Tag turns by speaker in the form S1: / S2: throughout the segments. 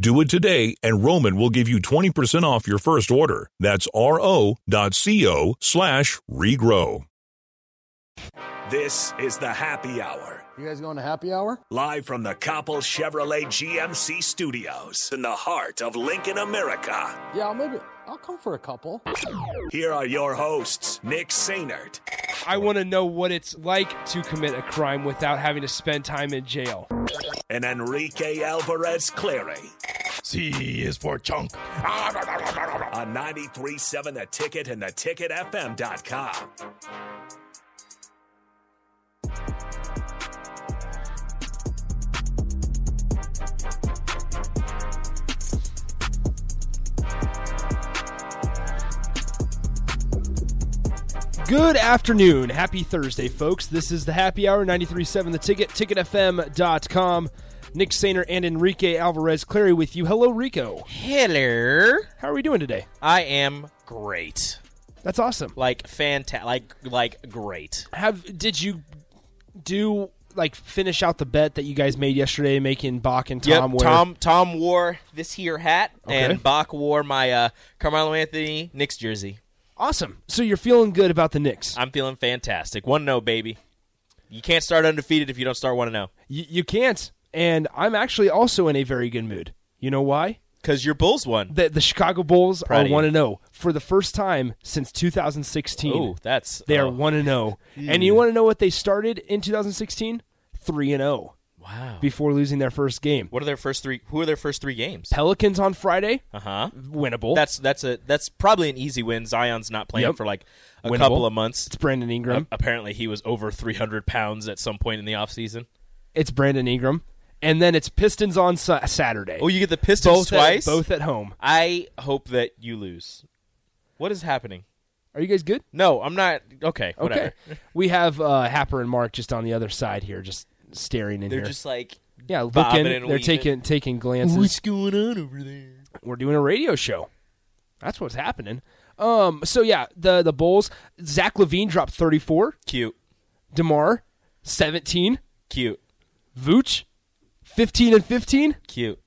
S1: Do it today, and Roman will give you 20% off your first order. That's ro.co slash regrow.
S2: This is the happy hour.
S3: You guys going to happy hour?
S2: Live from the Coppell Chevrolet GMC studios in the heart of Lincoln, America.
S3: Yeah, maybe I'll come for a couple.
S2: Here are your hosts, Nick Sainert.
S4: I want to know what it's like to commit a crime without having to spend time in jail.
S2: And Enrique Alvarez Clary.
S5: C is for chunk.
S2: On 93.7 The Ticket and theticketfm.com.
S4: Good afternoon. Happy Thursday, folks. This is the happy hour 937 the ticket, ticketfm.com. Nick Sainer and Enrique Alvarez Clary with you. Hello, Rico.
S6: Hello.
S4: How are we doing today?
S6: I am great.
S4: That's awesome.
S6: Like fantastic. Like like great.
S4: Have did you do like finish out the bet that you guys made yesterday, making Bach and Tom
S6: yep,
S4: wear
S6: Tom Tom wore this here hat, and Bach wore my uh, Carmelo Anthony Knicks jersey.
S4: Awesome. So you're feeling good about the Knicks.
S6: I'm feeling fantastic. One 0 baby. You can't start undefeated if you don't start one oh, 0
S4: Y- you can't. And I'm actually also in a very good mood. You know why?
S6: because your Bulls won.
S4: The, the Chicago Bulls
S6: Proud
S4: are
S6: of you.
S4: 1 and 0 for the first time since 2016.
S6: Ooh, that's
S4: they
S6: oh,
S4: are 1 and 0. And you want to know what they started in 2016? 3 and 0
S6: Wow.
S4: before losing their first game.
S6: What are their first three? Who are their first three games?
S4: Pelicans on Friday,
S6: Uh huh.
S4: winnable.
S6: That's that's a that's probably an easy win. Zion's not playing
S4: Yep.
S6: for like a
S4: Winnable.
S6: couple of months.
S4: it's Brandon Ingram.
S6: Apparently, he was over 300 pounds at some point in the offseason.
S4: It's Brandon Ingram. And then it's Pistons on Sa- Saturday.
S6: Oh, you get the Pistons
S4: both at-
S6: twice.
S4: both at home.
S6: I hope that you lose. What is happening?
S4: Are you guys good?
S6: No, I'm not. Okay, whatever.
S4: Okay. we have uh, Happer and Mark just on the other side here, just staring in
S6: They're
S4: here.
S6: just like,
S4: yeah,
S6: bobbing
S4: looking.
S6: and
S4: They're
S6: weaving.
S4: taking taking glances.
S6: going on over there?
S4: We're doing a radio show. That's what's happening. Um. So yeah, the the Bulls. Zach Levine dropped thirty four.
S6: Cute,
S4: Demar seventeen.
S6: cute,
S4: Vooch fifteen and fifteen.
S6: cute.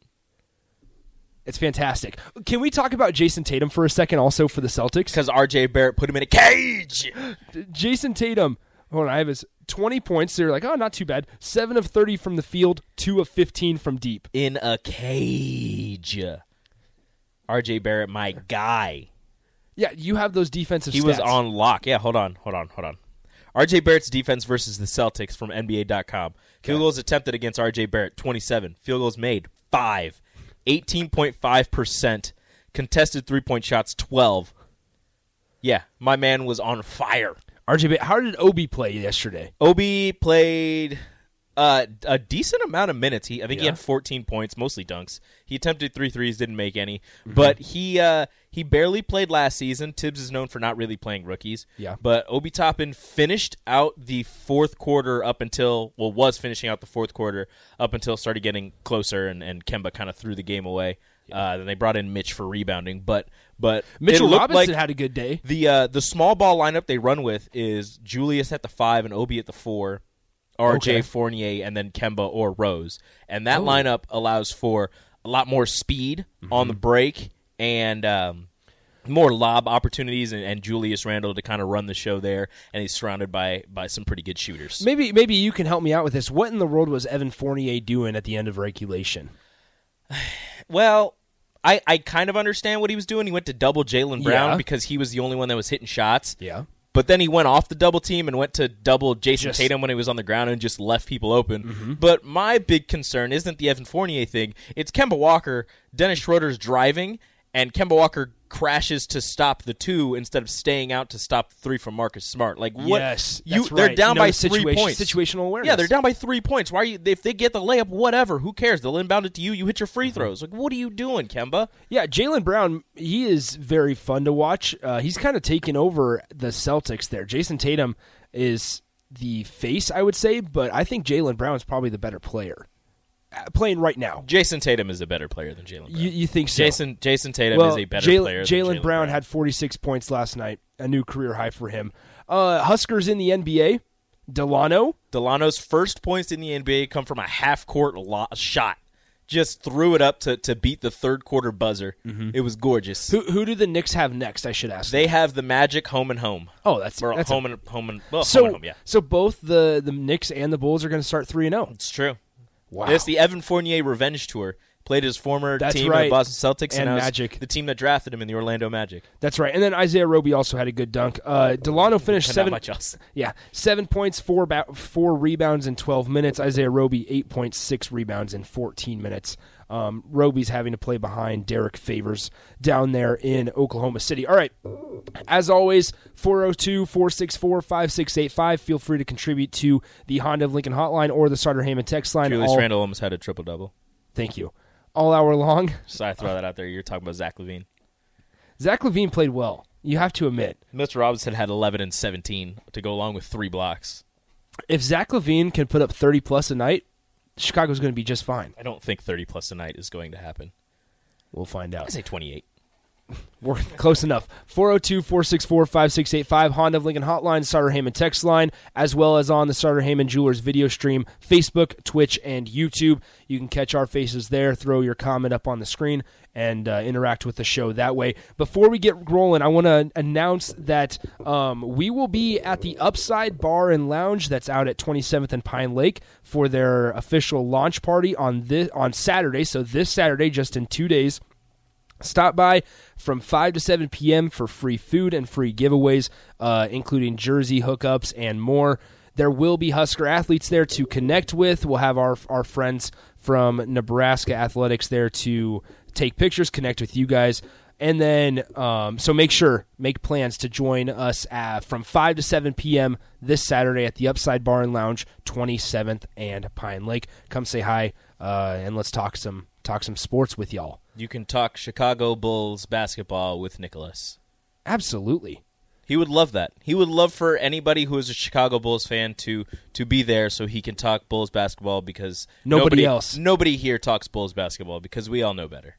S4: It's fantastic. Can we talk about Jason Tatum for a second? Also for the Celtics,
S6: Because R.J. Barrett put him in a cage.
S4: Jason Tatum. Hold on, I have his twenty points. They're like, oh, not too bad. Seven of thirty from the field, two of fifteen from deep.
S6: In a cage. R.J. Barrett, my guy.
S4: Yeah, you have those defensive.
S6: He was
S4: stats.
S6: on lock. Yeah, hold on, hold on, hold on. RJ Barrett's defense versus the Celtics from NBA.com. Field goals attempted against RJ Barrett, 27. Field goals made, 5. 18.5%. Contested three point shots, 12. Yeah, my man was on fire.
S4: RJ. How did Obi play yesterday?
S6: Obi played uh, a decent amount of minutes. He, I think he had 14 points, mostly dunks. He attempted three threes, didn't make any,
S4: Mm-hmm.
S6: but he uh, he barely played last season. Tibbs is known for not really playing rookies.
S4: Yeah.
S6: but Obi Toppin finished out the fourth quarter up until well was finishing out the fourth quarter up until it started getting closer and, and Kemba kind of threw the game away. Uh, then they brought in Mitch for rebounding, but but it
S4: Mitchell
S6: looked
S4: Robinson
S6: like-
S4: had a good day.
S6: the uh, the small ball lineup they run with is Julius at the five and Obi at the four, RJ
S4: Okay.
S6: Fournier and then Kemba or Rose, and that lineup allows for a lot more speed on the break and um, more lob opportunities and, and Julius Randle to kind of run the show there, and he's surrounded by by some pretty good shooters.
S4: Maybe maybe you can help me out with this. What in the world was Evan Fournier doing at the end of regulation?
S6: Well. I, I kind of understand what he was doing. He went to double Jalen Brown
S4: Yeah.
S6: because he was the only one that was hitting shots.
S4: Yeah.
S6: But then he went off the double team and went to double Jason
S4: Just- Mm-hmm.
S6: Tatum when he was on the ground and just left people open. But my big concern isn't the Evan Fournier thing. It's Kemba Walker. Dennis Schroeder's driving, and Kemba Walker crashes to stop the two instead of staying out to stop the three from Marcus Smart. Like what?
S4: Yes,
S6: you,
S4: that's
S6: they're
S4: right.
S6: down
S4: No
S6: by three
S4: situation-
S6: points.
S4: situational awareness.
S6: Yeah, they're down by three points. Why are you? If they get the layup, whatever. Who cares? They'll inbound it to you. You hit your free throws. Like what are you doing, Kemba?
S4: Yeah, Jalen Brown, he is very fun to watch. Uh, he's kind of taken over the Celtics there. Jason Tatum is the face, I would say, but I think Jalen Brown is probably the better player uh, playing right now.
S6: Jason Tatum is a better player than Jalen. Brown.
S4: You, you think so?
S6: Jason Jason Tatum
S4: well,
S6: is a better
S4: Jalen-
S6: player. than
S4: Jalen Brown, had 46 points last night, a new career high for him. Uh, Huskers in the NBA. Delano,
S6: Delano's first points in the NBA come from a half court lo- shot. Just threw it up to, to beat the third quarter buzzer. It was gorgeous.
S4: who who do the Knicks have next? I should ask.
S6: they have the Magic home and home.
S4: oh, that's,
S6: Or
S4: that's a-
S6: home and home and well,
S4: so
S6: home and home. Yeah,
S4: so both the the Knicks and the Bulls are going to start three and oh. zero.
S6: it's true.
S4: Wow.
S6: It's the Evan Fournier revenge tour. Played his former
S4: That's
S6: team,
S4: right.
S6: the Boston Celtics, and,
S4: And
S6: now it's
S4: Magic.
S6: the team that drafted him in the Orlando Magic.
S4: That's right. And then Isaiah Roby also had a good dunk. Uh, Delano finished
S6: And
S4: seven.
S6: Not much else.
S4: Yeah, seven points, four ba- four rebounds in twelve minutes. Isaiah Roby eight point six rebounds in fourteen minutes. Um, Roby's having to play behind Derek Favors down there in Oklahoma City. All right, as always, 402 464 5685. Feel free to contribute to the Honda of Lincoln hotline or the Starter Hammond text line.
S6: Julius
S4: all,
S6: Randle almost had a triple double.
S4: Thank you. All hour long.
S6: So I
S4: Uh.
S6: throw that out there. You're talking about Zach Levine.
S4: Zach Levine played well. You have to admit.
S6: Mr. Robinson had 11 and 17 to go along with three blocks.
S4: if Zach Levine can put up 30 plus a night, Chicago's going to be just fine.
S6: I don't think 30 plus a night is going to happen.
S4: We'll find
S6: I
S4: out.
S6: say 28.
S4: We're close enough. 402 464 5685, Honda of Lincoln Hotline, Starter Heyman text line, as well as on the Starter Heyman Jewelers video stream, Facebook, Twitch, and YouTube. You can catch our faces there, throw your comment up on the screen, and uh, interact with the show that way. Before we get rolling, I want to announce that um, we will be at the Upside Bar and Lounge that's out at 27th and Pine Lake for their official launch party on this on Saturday. So this Saturday, just in two days. Stop by from 5 to 7 p.m. for free food and free giveaways, uh, including jersey hookups and more. There will be Husker athletes there to connect with. We'll have our, our friends from Nebraska Athletics there to take pictures, connect with you guys. And then, um, so make sure, make plans to join us at, from 5 to 7 p.m. this Saturday at the Upside Bar and Lounge, 27th and Pine Lake. Come say hi, uh, and let's talk some talk some sports with y'all.
S6: You can talk Chicago Bulls basketball with Nicholas.
S4: Absolutely.
S6: He would love that. He would love for anybody who is a Chicago Bulls fan to to be there so he can talk Bulls basketball because
S4: Nobody else.
S6: nobody here talks Bulls basketball because we all know better.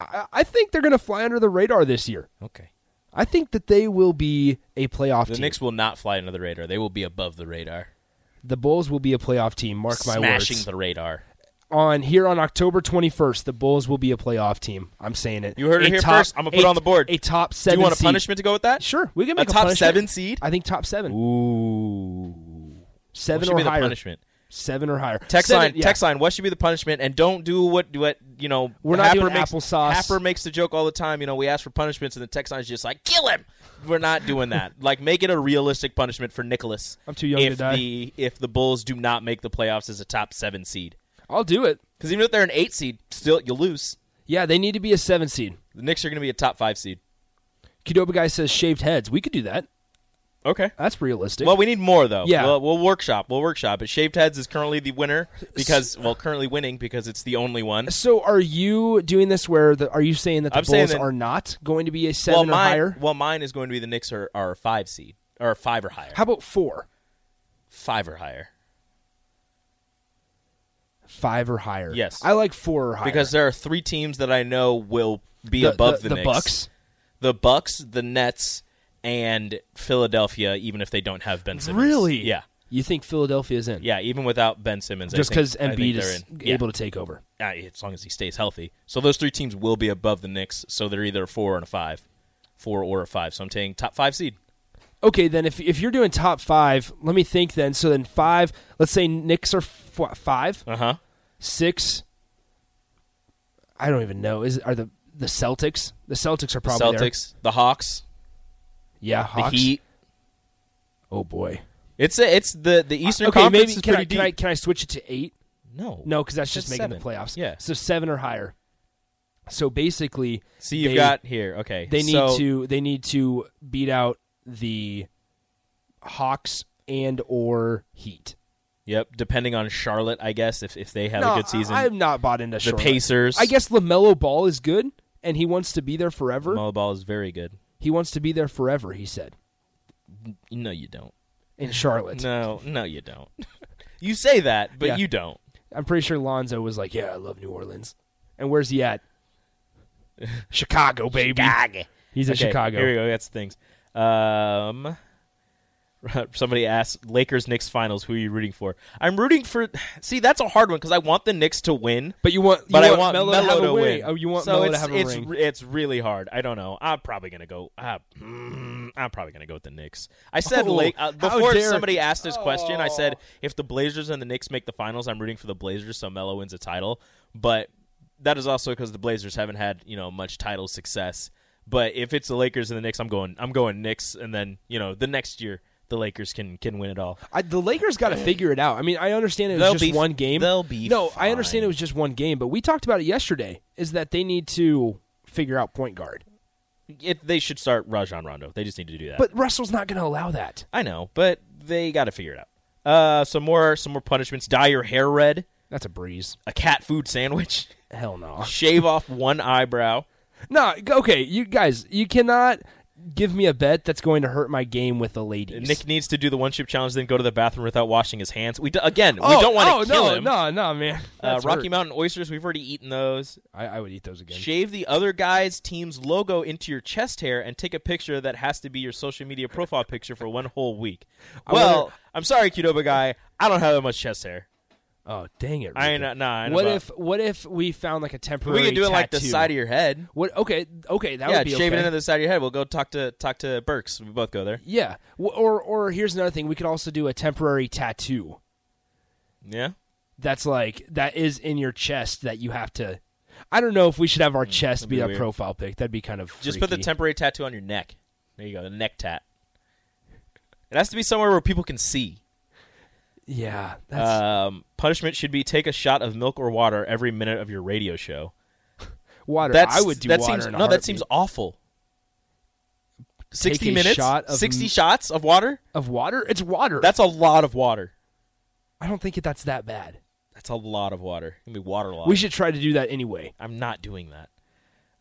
S4: I, I think they're going to fly under the radar this year.
S6: Okay.
S4: I think that they will be a playoff
S6: The
S4: team.
S6: Knicks will not fly under the radar. They will be above the radar.
S4: the Bulls will be a playoff team. Mark my
S6: smashing
S4: words.
S6: the radar.
S4: on here on October 21st, the Bulls will be a playoff team. I'm saying it.
S6: You heard it
S4: A
S6: here
S4: top-
S6: first. I'm gonna put it
S4: a-
S6: on the board.
S4: A top
S6: Do
S4: seven.
S6: you want a
S4: seed.
S6: punishment to go with that?
S4: Sure, we can
S6: A
S4: make a,
S6: top
S4: punishment.
S6: seven seed?
S4: I think top seven.
S6: Ooh. What
S4: Seven
S6: should
S4: or
S6: be the
S4: higher.
S6: punishment?
S4: Seven or higher.
S6: Text
S4: Seven-
S6: line,
S4: yeah.
S6: text line. What should be the punishment? And don't do what what you know.
S4: We're not
S6: Happer
S4: doing
S6: makes,
S4: applesauce.
S6: Happer makes the joke all the time. You know, we ask for punishments, and the text line is just like, "Kill him." We're not doing that. like, make it a realistic punishment for Nicholas.
S4: I'm too young
S6: if
S4: to die.
S6: The, if the Bulls do not make the playoffs as a top seven seed,
S4: I'll do it.
S6: because even if they're an eight seed, still you lose.
S4: Yeah, they need to be a seven seed.
S6: The Knicks are going to be a top five seed.
S4: Kidoba guy says shaved heads. We could do that.
S6: Okay.
S4: That's realistic.
S6: Well, we need more though.
S4: Yeah.
S6: we'll, we'll workshop. We'll workshop. But shaved heads is currently the winner because, well, currently winning because it's the only one.
S4: So are you doing this where the, are you saying that the
S6: I'm saying
S4: Bulls
S6: that-
S4: are not going to be a
S6: well,
S4: seven
S6: mine,
S4: or higher?
S6: Well, mine is going to be the Knicks are, are a five seed or a five or higher.
S4: How about four?
S6: five or higher
S4: Five or higher.
S6: Yes.
S4: I like four or higher.
S6: because there are three teams that I know will be above the,
S4: the,
S6: Knicks.
S4: Bucks.
S6: the Bucks, the Nets, and Philadelphia. Even if they don't have Ben Simmons,
S4: Really?
S6: Yeah,
S4: You think Philadelphia's in?
S6: yeah. Even without Ben Simmons,
S4: Just
S6: because
S4: because Embiid is able to take over.
S6: ah, as long as he stays healthy. So those three teams will be above the Knicks. So they're either a four and a five, four or a five. So I'm taking top five seed.
S4: Okay, then if if you're doing top five, let me think. Then so then five. Let's say Knicks are f- five,
S6: Uh huh.
S4: six. I don't even know. Is are the the Celtics? The Celtics are probably there.
S6: Celtics, the Hawks,
S4: Yeah, Hawks.
S6: the Heat,
S4: Oh boy.
S6: It's a, it's the the Eastern
S4: okay,
S6: Conference
S4: maybe
S6: is
S4: can
S6: pretty
S4: I,
S6: deep.
S4: can I can I switch it to eight?
S6: no,
S4: No, because that's just
S6: That's
S4: making the
S6: seven.
S4: playoffs.
S6: Yeah.
S4: So seven or higher. So basically,
S6: See, you've
S4: they-
S6: got here. Okay,
S4: they need
S6: so-
S4: to they need to beat out the Hawks and or Heat.
S6: Yep, depending on Charlotte, I guess if if they have
S4: no,
S6: a good season,
S4: I, I'm not bought into
S6: the
S4: Charlotte.
S6: Pacers.
S4: I guess Lamelo Ball is good, and he wants to be there forever.
S6: Melo Ball is very good.
S4: He wants to be there forever. He said
S6: No, you don't.
S4: in Charlotte.
S6: No, no, you don't. you say that, but
S4: Yeah.
S6: you don't.
S4: I'm pretty sure Lonzo was like, "Yeah, I love New Orleans." And where's he at? Chicago, baby. He's at
S6: Okay,
S4: Chicago.
S6: Here we go. That's the things. Um, somebody asked Lakers Knicks finals. Who are you rooting for? I'm rooting for. See, that's a hard one because I want the Knicks to win,
S4: But you want, you
S6: but I
S4: want
S6: want
S4: Melo, to, have a ring.
S6: win.
S4: Oh, you want
S6: so
S4: Melo to
S6: it's,
S4: have a
S6: it's,
S4: ring.
S6: re- It's really hard. I don't know. I'm probably gonna go. Uh, mm, I'm probably gonna go with the Knicks. I said
S4: Oh,
S6: Lake uh,
S4: how
S6: before
S4: dare- Oh.
S6: somebody asked this question. I said if the Blazers and the Knicks make the finals, I'm rooting for the Blazers so Melo wins a title. But that is also because the Blazers haven't had you know much title success. But if it's the Lakers and the Knicks, I'm going. I'm going Knicks, and then you know the next year the Lakers can can win it all.
S4: I, the Lakers got to figure it out. I mean, I understand it was
S6: They'll
S4: just
S6: be f-
S4: one game.
S6: they'll be
S4: no. I understand it
S6: fine.
S4: was just one game, but we talked about it yesterday. Is that they need to figure out point guard,
S6: It, they should start Rajon Rondo. They just need to do that.
S4: but Russell's not going to allow that.
S6: I know, but they got to figure it out. Uh, some more, some more punishments. Dye your hair red.
S4: That's a breeze.
S6: A cat food sandwich.
S4: Hell no.
S6: Shave off one eyebrow.
S4: No. Okay, you guys, you cannot give me a bet that's going to hurt my game with the ladies.
S6: Nick needs to do the one chip challenge, then go to the bathroom without washing his hands. We do, again,
S4: oh,
S6: we don't want to
S4: oh,
S6: kill
S4: no,
S6: him.
S4: No, no, man.
S6: Uh,
S4: That's
S6: Rocky
S4: hurt.
S6: Mountain oysters. We've already eaten those.
S4: I, I would eat those again.
S6: Shave the other guy's team's logo into your chest hair and take a picture that has to be your social media profile picture for one whole week. Well,
S4: wonder-
S6: I'm sorry, Qdoba guy. I don't have that much chest hair.
S4: Oh, dang it!
S6: I
S4: Rico.
S6: ain't. Nah. I ain't
S4: what
S6: about-
S4: if what if we found like a temporary?
S6: we could do it like the
S4: tattoo?
S6: side of your head?
S4: What? Okay, okay, that
S6: yeah,
S4: would be
S6: shave
S4: okay.
S6: it into the side of your head. We'll go talk to talk to Burks. We both go there.
S4: Yeah. W- Or or here's another thing. We could also do a temporary tattoo
S6: Yeah.
S4: that's like that is in your chest that you have to. I don't know if we should have our chest be,
S6: Hmm, be
S4: a
S6: weird.
S4: profile pic. That'd be kind of
S6: Just put the
S4: freaky.
S6: temporary tattoo on your neck. There you go, the neck tat. It has to be somewhere where people can see.
S4: Yeah. That's,
S6: Um, punishment should be take a shot of milk or water every minute of your radio show.
S4: water.
S6: That's
S4: I would do
S6: that
S4: water.
S6: seems
S4: in a
S6: no, that
S4: heartbeat.
S6: seems awful. Sixty
S4: a
S6: minutes,
S4: shot of
S6: sixty
S4: m-
S6: shots of water.
S4: of water. It's water.
S6: That's a lot of water.
S4: I don't think it, that's that bad.
S6: That's a lot of water. Gonna be waterlogged.
S4: We should try to do that anyway.
S6: I'm not doing that.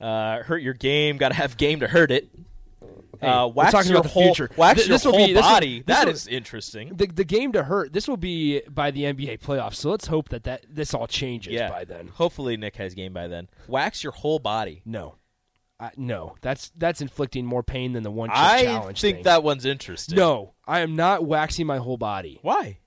S6: Uh, hurt your game. Got to have game to hurt it. uh,
S4: we're
S6: wax
S4: talking
S6: your
S4: about the
S6: whole
S4: future.
S6: wax
S4: Th-
S6: your
S4: this will
S6: whole
S4: be- this will-
S6: body.
S4: this
S6: That
S4: will-
S6: is interesting.
S4: The, the game to hurt. This will be by the NBA playoffs, so let's hope that, that this all changes
S6: Yeah.
S4: by then.
S6: Hopefully Nick has game by then. Wax your whole body.
S4: No, I, no, that's that's inflicting more pain than the one chip
S6: I
S4: challenge.
S6: think
S4: thing.
S6: that one's interesting.
S4: No, I am not waxing my whole body.
S6: Why?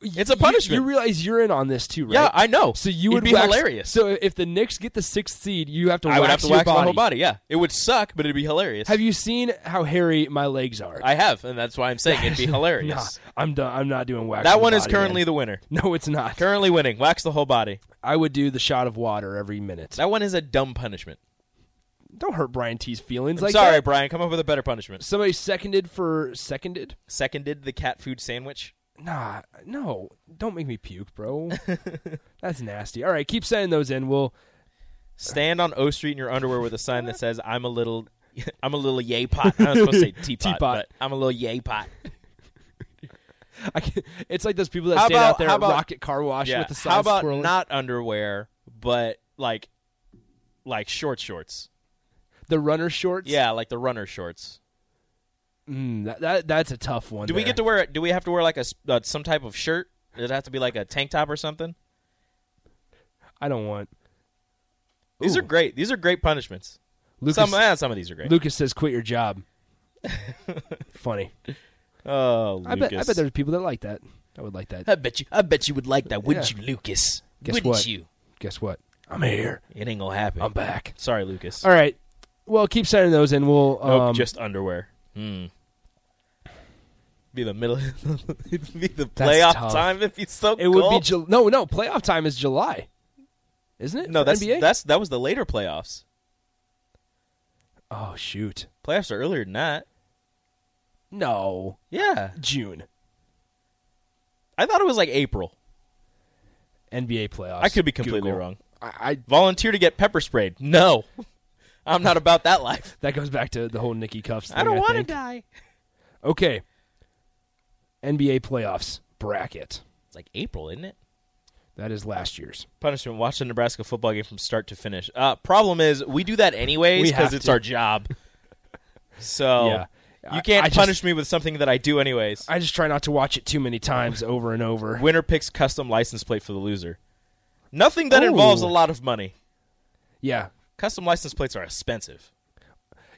S6: It's a
S4: You-
S6: punishment.
S4: You, realize you're in on this too, right?
S6: Yeah, I know.
S4: So you
S6: It'd
S4: would
S6: be
S4: wax-
S6: hilarious.
S4: So if the Knicks get the sixth seed, you have to. wax
S6: I would have to
S4: your
S6: wax
S4: body.
S6: my whole body. Yeah, it would suck, but it'd be hilarious.
S4: Have you seen how hairy my legs are?
S6: I have, and that's why I'm saying it'd be hilarious.
S4: Nah, I'm done. I'm not doing wax.
S6: that
S4: your
S6: one is
S4: body,
S6: currently
S4: man.
S6: the winner.
S4: No, it's not.
S6: Currently winning. Wax the whole body.
S4: I would do the shot of water every minute.
S6: That one is a dumb punishment.
S4: Don't hurt Brian T's feelings.
S6: I'm
S4: like
S6: sorry,
S4: that.
S6: Brian. Come up with a better punishment.
S4: somebody seconded for seconded.
S6: Seconded the cat food sandwich.
S4: Nah, no, don't make me puke, bro. That's nasty. All right, keep sending those in. We'll
S6: Stand on O Street in your underwear with a sign that says "I'm a little, I'm a little yay pot." I'm supposed to say teapot,
S4: Teapot.
S6: but I'm a little yay pot.
S4: I can, it's like those people that
S6: How
S4: stand
S6: about-
S4: out there
S6: how
S4: at
S6: about-
S4: Rocket Car Wash with the signs
S6: How about
S4: twirling.
S6: not underwear, but like, like short shorts?
S4: the runner shorts?
S6: Yeah, like the runner shorts.
S4: Mm, that, that that's a tough one.
S6: Do we get to wear? Do we have to wear like a s- uh, some type of shirt? Does it have to be like a tank top or something?
S4: I don't want.
S6: These are great. These are great punishments.
S4: Lucas,
S6: some, eh, some of these are great.
S4: Lucas says, "Quit your job." Funny.
S6: oh,
S4: I bet. I
S6: Lucas.
S4: bet there's people that like that. I would like that.
S6: I bet you. I bet you would like that, wouldn't
S4: Yeah.
S6: you, Lucas?
S4: Guess
S6: wouldn't
S4: what?
S6: you?
S4: Guess what? I'm here.
S6: It ain't gonna happen.
S4: I'm back.
S6: Sorry, Lucas.
S4: All right. Well, keep sending those in. We'll. Um,
S6: Nope, just underwear. Hmm. Be the middle, it'd be the
S4: That's
S6: playoff
S4: tough.
S6: time if he's so
S4: it would be
S6: cold.
S4: Ju- no, no. Playoff time is July, isn't it?
S6: no,
S4: for
S6: that's
S4: NBA.
S6: that's that was the later playoffs.
S4: oh shoot.
S6: Playoffs are earlier than that.
S4: No,
S6: Yeah.
S4: June
S6: I thought it was like April.
S4: NBA playoffs.
S6: I could be completely
S4: Google.
S6: wrong.
S4: I, I
S6: Volunteer to get pepper sprayed. No. I'm not about that life.
S4: that goes back to the whole Nikki Cuffs. Thing,
S6: I don't want to
S4: think.
S6: die.
S4: Okay, NBA playoffs bracket.
S6: It's like April, isn't it?
S4: That is last year's.
S6: Punishment. Watch the Nebraska football game from start to finish. Uh, problem is, we do that anyways
S4: We
S6: because
S4: have
S6: it's
S4: to.
S6: our job. So
S4: Yeah. I-
S6: Oh, you can't
S4: I just-
S6: punish me with something that I do anyways.
S4: I just try not to watch it too many times over and over.
S6: Winner picks custom license plate for the loser. Nothing that involves
S4: Ooh.
S6: a lot of money.
S4: Yeah.
S6: Custom license plates are expensive.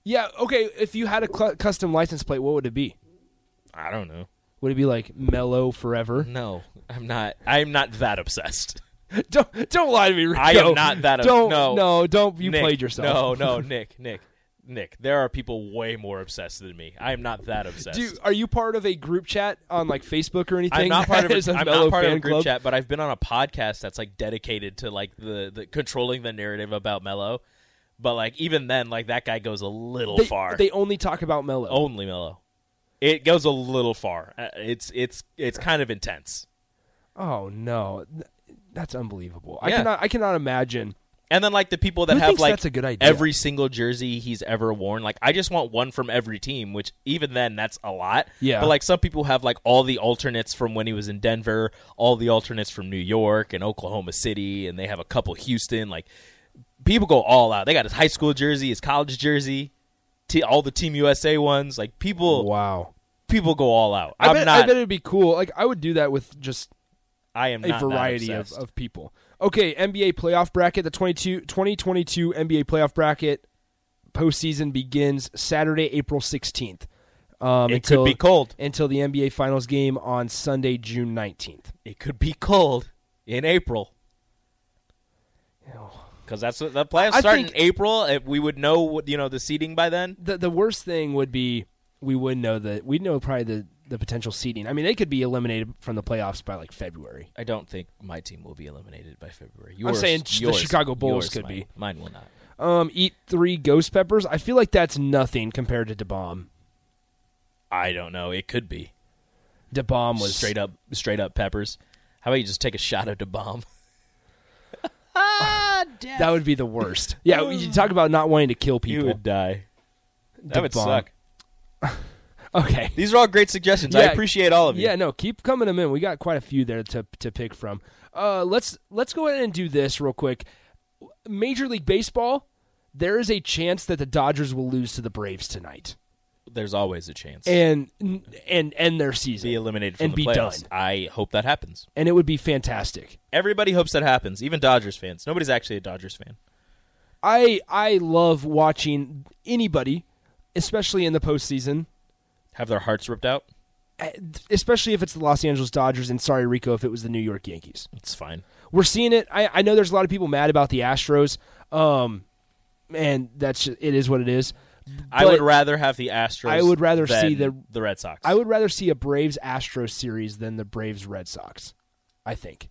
S4: Yeah, okay, if you had a cl- custom license plate, what would it be?
S6: I don't know.
S4: Would it be like Mellow Forever?
S6: No, I'm not. I'm not that obsessed.
S4: don't don't lie to me, Rico.
S6: I am not that-
S4: Don't
S6: no.
S4: don't you
S6: Nick,
S4: played yourself.
S6: No, no, Nick, Nick, Nick. There are people way more obsessed than me. I am not that obsessed.
S4: Do you- are you part of a group chat on like Facebook or anything?
S6: I'm not part of
S4: that is
S6: a,
S4: a
S6: I'm
S4: Mellow
S6: not part of
S4: fan
S6: a group
S4: club?
S6: chat, but I've been on a podcast that's like dedicated to like the, the controlling the narrative about Mello. But like even then, like that guy goes a little
S4: They,
S6: far. Oh.
S4: they only talk about Mellow.
S6: only Mello. It goes a little far. Uh, It's it's it's kind of intense.
S4: Oh no, Th- that's unbelievable. I
S6: Yeah.
S4: cannot. I cannot imagine.
S6: And then like the people that
S4: Who
S6: have
S4: thinks
S6: like
S4: that's a good idea?
S6: every single jersey he's ever worn. Like I just want one from every team, which even then that's a lot.
S4: Yeah.
S6: But like some people have like all the alternates from when he was in Denver, all the alternates from New York and Oklahoma City, and they have a couple Houston. Like people go all out. They got his high school jersey, his college jersey, t- all the Team USA ones. Like people
S4: Wow.
S6: people go all out.
S4: I
S6: I'm
S4: bet,
S6: not.
S4: I bet it'd be cool. Like I would do that with just
S6: I am
S4: a
S6: not that
S4: variety of,
S6: obsessed.
S4: of people. Okay, NBA playoff bracket. The 22, 2022 NBA playoff bracket postseason begins Saturday, April 16th. Um,
S6: It could be cold.
S4: Until the NBA Finals game on Sunday, June 19th.
S6: it could be cold in April. Because that's what the playoffs
S4: I
S6: start in
S4: think-
S6: April. If we would know, what- you know, the seeding by then.
S4: The, the worst thing would be we would know that we'd know probably the, the potential seeding. I mean, they could be eliminated from the playoffs by like February.
S6: I don't think my team will be eliminated by February.
S4: I'm saying the Chicago Bulls could
S6: mine-
S4: be.
S6: Mine will not.
S4: Um, eat three ghost peppers. I feel like that's nothing compared to DeBomb.
S6: I don't know. It could be
S4: DeBomb was
S6: straight up, straight up peppers. How about you just take a shot of the bomb?
S4: That would be the worst. Yeah, you talk about not wanting to kill people.
S6: You would die. That would
S4: DeBomb.
S6: suck.
S4: Okay.
S6: These are all great suggestions. I
S4: Yeah.
S6: appreciate all of you.
S4: Yeah, no, keep coming them in. We got quite a few there to to pick from. Uh, let's let's go ahead and do this real quick. Major League Baseball. There is a chance that the Dodgers will lose to the Braves tonight
S6: There's always a chance.
S4: and and end their season
S6: be eliminated from
S4: and
S6: the
S4: be
S6: playoffs.
S4: done.
S6: I hope that happens.
S4: And it would be fantastic.
S6: Everybody hopes that happens, even Dodgers fans. Nobody's actually a Dodgers fan.
S4: I I love watching anybody, especially in the postseason, eh,
S6: Have their hearts ripped out?
S4: especially if it's the Los Angeles Dodgers. And sorry, Rico, if it was the New York Yankees.
S6: It's fine.
S4: we're seeing it. I, I know there's a lot of people mad about the Astros, um, and that's ju- it is what it is.
S6: I
S4: But
S6: would rather have the Astros.
S4: I would rather
S6: than
S4: see the-
S6: the Red Sox.
S4: I would rather see a Braves Astros series than the Braves Red Sox. I think.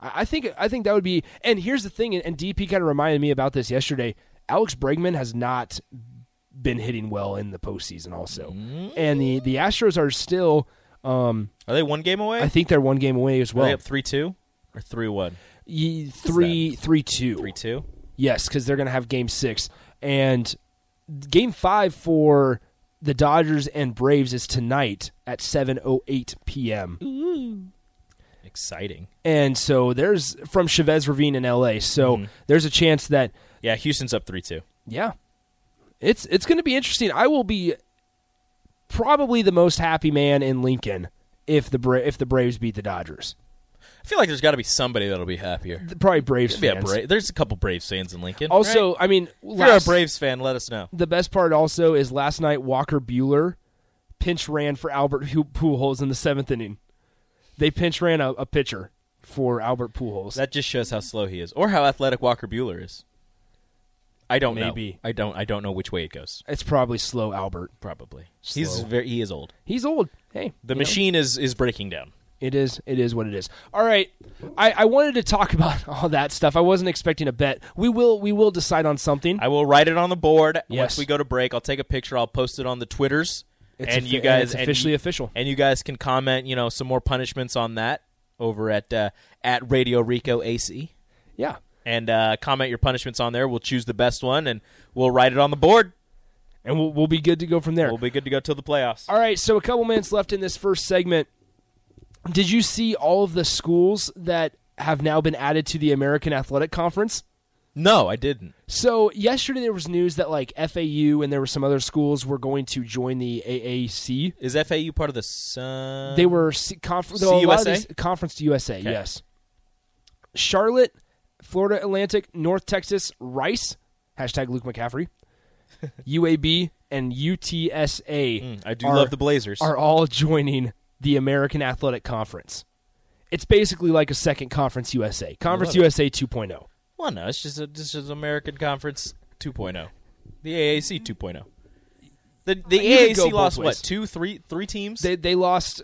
S4: I I think I think that would be. And here's the thing, and DP kind of reminded me about this yesterday. Alex Bregman has not been hitting well in the postseason, also,
S6: Mm-hmm.
S4: and the the Astros are still. Um,
S6: Are they one game away?
S4: I think they're one game away as
S6: Are they
S4: well.
S6: up three two or three one?
S4: Ye- Three, three, two.
S6: Three two.
S4: Yes, because they're going to have game six. And game five for the Dodgers and Braves is tonight at 7.08 p.m.
S6: Exciting.
S4: And so there's from Chavez Ravine in L.A. So
S6: Mm-hmm.
S4: there's a chance that,
S6: Yeah, Houston's up three two.
S4: yeah, it's, it's going to be interesting. I will be probably the most happy man in Lincoln if the, Bra- if the Braves beat the Dodgers.
S6: I feel like there's got to be somebody that'll be happier.
S4: Probably Braves
S6: Yeah,
S4: fans.
S6: Bra- there's a couple Braves fans in Lincoln. right?
S4: Also, I mean,
S6: if you're a
S4: last-
S6: Braves fan, let us know.
S4: the best part also is last night Walker Bueller pinch ran for Albert Hu- Pujols in the seventh inning. They pinch ran a, a pitcher for Albert Pujols.
S6: That just shows how slow he is, or how athletic Walker Bueller is. I don't know.
S4: Maybe.
S6: I don't. I don't know which way it goes.
S4: it's probably slow Albert.
S6: Probably. He's
S4: Slow.
S6: very. He is old.
S4: He's old. Hey,
S6: The
S4: you know,
S6: machine is is breaking down.
S4: it is. It is what it is. All right. I, I wanted to talk about all that stuff. I wasn't expecting a bet. We will. We will decide on something.
S6: I will write it on the board
S4: Yes.
S6: once we go to break. I'll take a picture. I'll post it on the Twitters
S4: It's
S6: and
S4: offi-
S6: you guys
S4: it's
S6: and
S4: officially
S6: you-
S4: official.
S6: And you guys can comment, you know, some more punishments on that over at uh, at Radio Rico AC,
S4: Yeah.
S6: and uh, comment your punishments on there. We'll choose the best one and we'll write it on the board.
S4: And we'll, we'll be good to go from there.
S6: We'll be good to go till the playoffs.
S4: All right, so a couple minutes left in this first segment. Did you see all of the schools that have now been added to the American Athletic Conference?
S6: No, I didn't.
S4: So yesterday there was news that like FAU and there were some other schools were going to join the AAC.
S6: Is FAU part of the Sun?
S4: They were C- confer- though a lot of
S6: CUSA?
S4: these- conference to USA. Yes, Charlotte, Florida Atlantic, North Texas, Rice. Hashtag Luke McCaffrey, UAB, and UTSA.
S6: Hmm, I do
S4: are-
S6: love the Blazers.
S4: are all joining the American Athletic Conference. It's basically like a second Conference USA, Conference USA 2.0.
S6: well, no, it's just a, this is American Conference 2.0, the AAC 2.0. The the
S4: You could go
S6: AAC lost
S4: both
S6: what
S4: ways.
S6: two three three teams
S4: They they lost.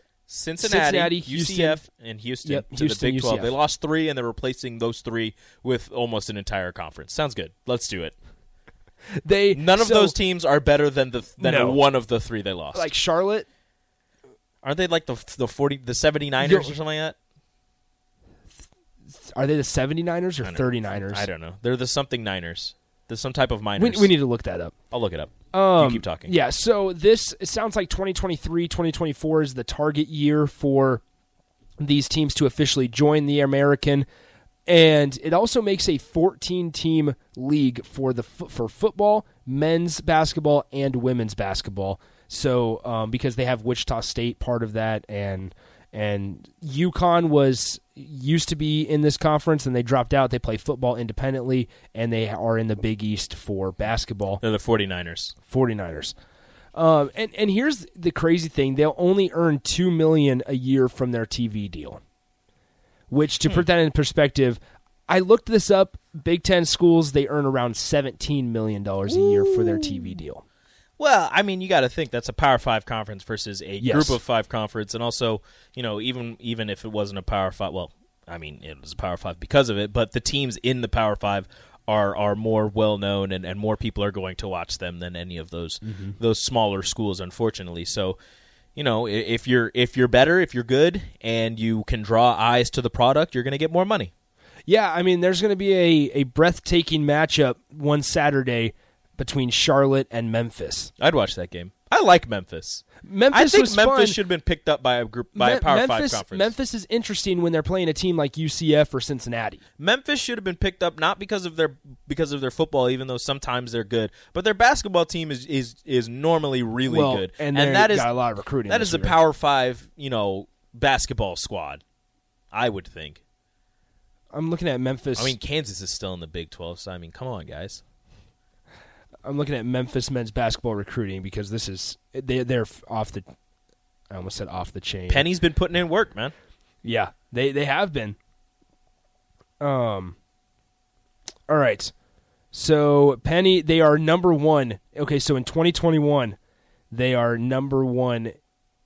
S4: Cincinnati,
S6: Cincinnati, UCF, and Houston
S4: Yep,
S6: to
S4: Houston,
S6: the Big Twelve.
S4: UCF.
S6: They lost three, and they're replacing those three with almost an entire conference. Sounds good. Let's do it.
S4: They
S6: None of
S4: so,
S6: those teams are better than the than
S4: No.
S6: one of the three they lost.
S4: like Charlotte.
S6: aren't they like the the forty the 79ers or
S4: You're-
S6: something like that?
S4: Are they the 79ers or 39ers?
S6: I don't know. They're the something Niners. There's some type of
S4: We,
S6: miners.
S4: we need to look that up.
S6: I'll look it up. you keep talking.
S4: Um, Yeah, so this it sounds like 2023, 2024 is the target year for these teams to officially join the American and it also makes a 14 team league for the fo- for football, men's basketball and women's basketball. So um, because they have Wichita State part of that and and UConn was used to be in this conference and they dropped out. They play football independently and they are in the Big East for basketball.
S6: They're the 49ers.
S4: 49ers. Um, and and here's the crazy thing: they'll only earn two million a year from their TV deal. Which,
S6: Hmm.
S4: to put that in perspective, I looked this up. Big Ten schools they earn around seventeen million dollars a year for their TV deal.
S6: Well, I mean, you got to think that's a Power Five conference versus a
S4: Yes.
S6: group of five conference, and also, you know, even even if it wasn't a Power Five, well, I mean, it was a Power Five because of it, but the teams in the Power Five are are more well known, and, and more people are going to watch them than any of those
S4: Mm-hmm.
S6: those smaller schools, unfortunately. So, you know, i- if you're if you're better, if you're good, and you can draw eyes to the product, you're going to get more money.
S4: Yeah, I mean, there's going to be a, a breathtaking matchup one Saturday between Charlotte and Memphis.
S6: I'd watch that game. I like Memphis.
S4: Memphis
S6: I think
S4: was
S6: Memphis
S4: fun.
S6: should have been picked up by a group by a
S4: Me-
S6: Power
S4: Memphis,
S6: Five conference.
S4: Memphis is interesting when they're playing a team like UCF or Cincinnati.
S6: Memphis should have been picked up not because of their because of their football, even though sometimes they're good, but their basketball team is is, is normally really
S4: Well,
S6: good,
S4: and they
S6: that is
S4: got a lot of recruiting
S6: That
S4: this
S6: is a
S4: year.
S6: Power Five, you know, basketball squad. I would think.
S4: I'm looking at Memphis.
S6: I mean, Kansas is still in the Big Twelve, so I mean, come on, guys.
S4: I'm looking at Memphis men's basketball recruiting because this is they they're off the. I almost said off the chain.
S6: Penny's been putting in work, man.
S4: Yeah, they they have been. Um. All right, so Penny, they are number one. Okay, so in 2021, they are number one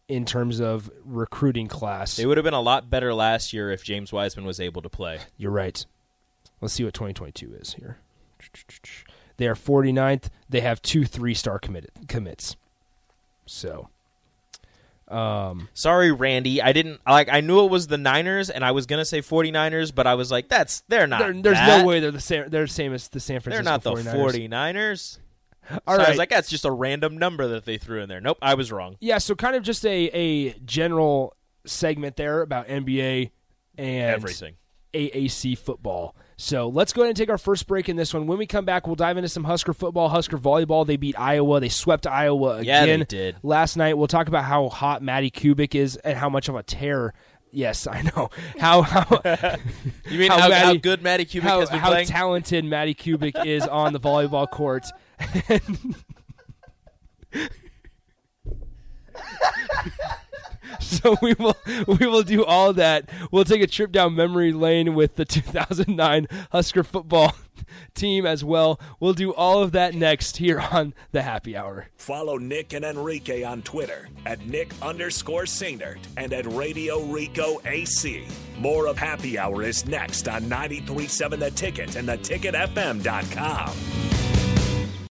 S4: in terms of recruiting class.
S6: They would have been a lot better last year if James Wiseman was able to play.
S4: You're right. Let's see what 2022 is here. They are 49th. They have two three star committed commits. So.
S6: Sorry, Randy. I didn't like. I knew it was the Niners, and I was gonna say 49ers, but I was like, that's they're not.
S4: There- there's
S6: that.
S4: no way they're the same. They're the same as the San Francisco.
S6: They're not the
S4: 49ers.
S6: 49ers.
S4: All
S6: so I
S4: right.
S6: was like, that's just a random number that they threw in there. Nope, I was wrong.
S4: yeah. So kind of just a a general segment there about NBA and
S6: Everything.
S4: AAC football. So let's go ahead and take our first break in this one. When we come back, we'll dive into some Husker football, Husker volleyball. They beat Iowa. They swept Iowa
S6: Yeah,
S4: again
S6: they did.
S4: last night. We'll talk about how hot Matty Kubik is and how much of a terror. Yes, I know how how
S6: You mean
S4: How
S6: how, how,
S4: Matty-
S6: good Matty Kubik
S4: how,
S6: has been
S4: how
S6: playing?
S4: talented Matty Kubik is on the volleyball court. so we will we will do all that. We'll take a trip down memory lane with the 2009 Husker football team as well. We'll do all of that next here on the Happy Hour.
S2: Follow Nick and Enrique on Twitter at Nick underscore Sainert and at Radio Rico AC. More of Happy Hour is next on 937 The Ticket and theticketfm.com.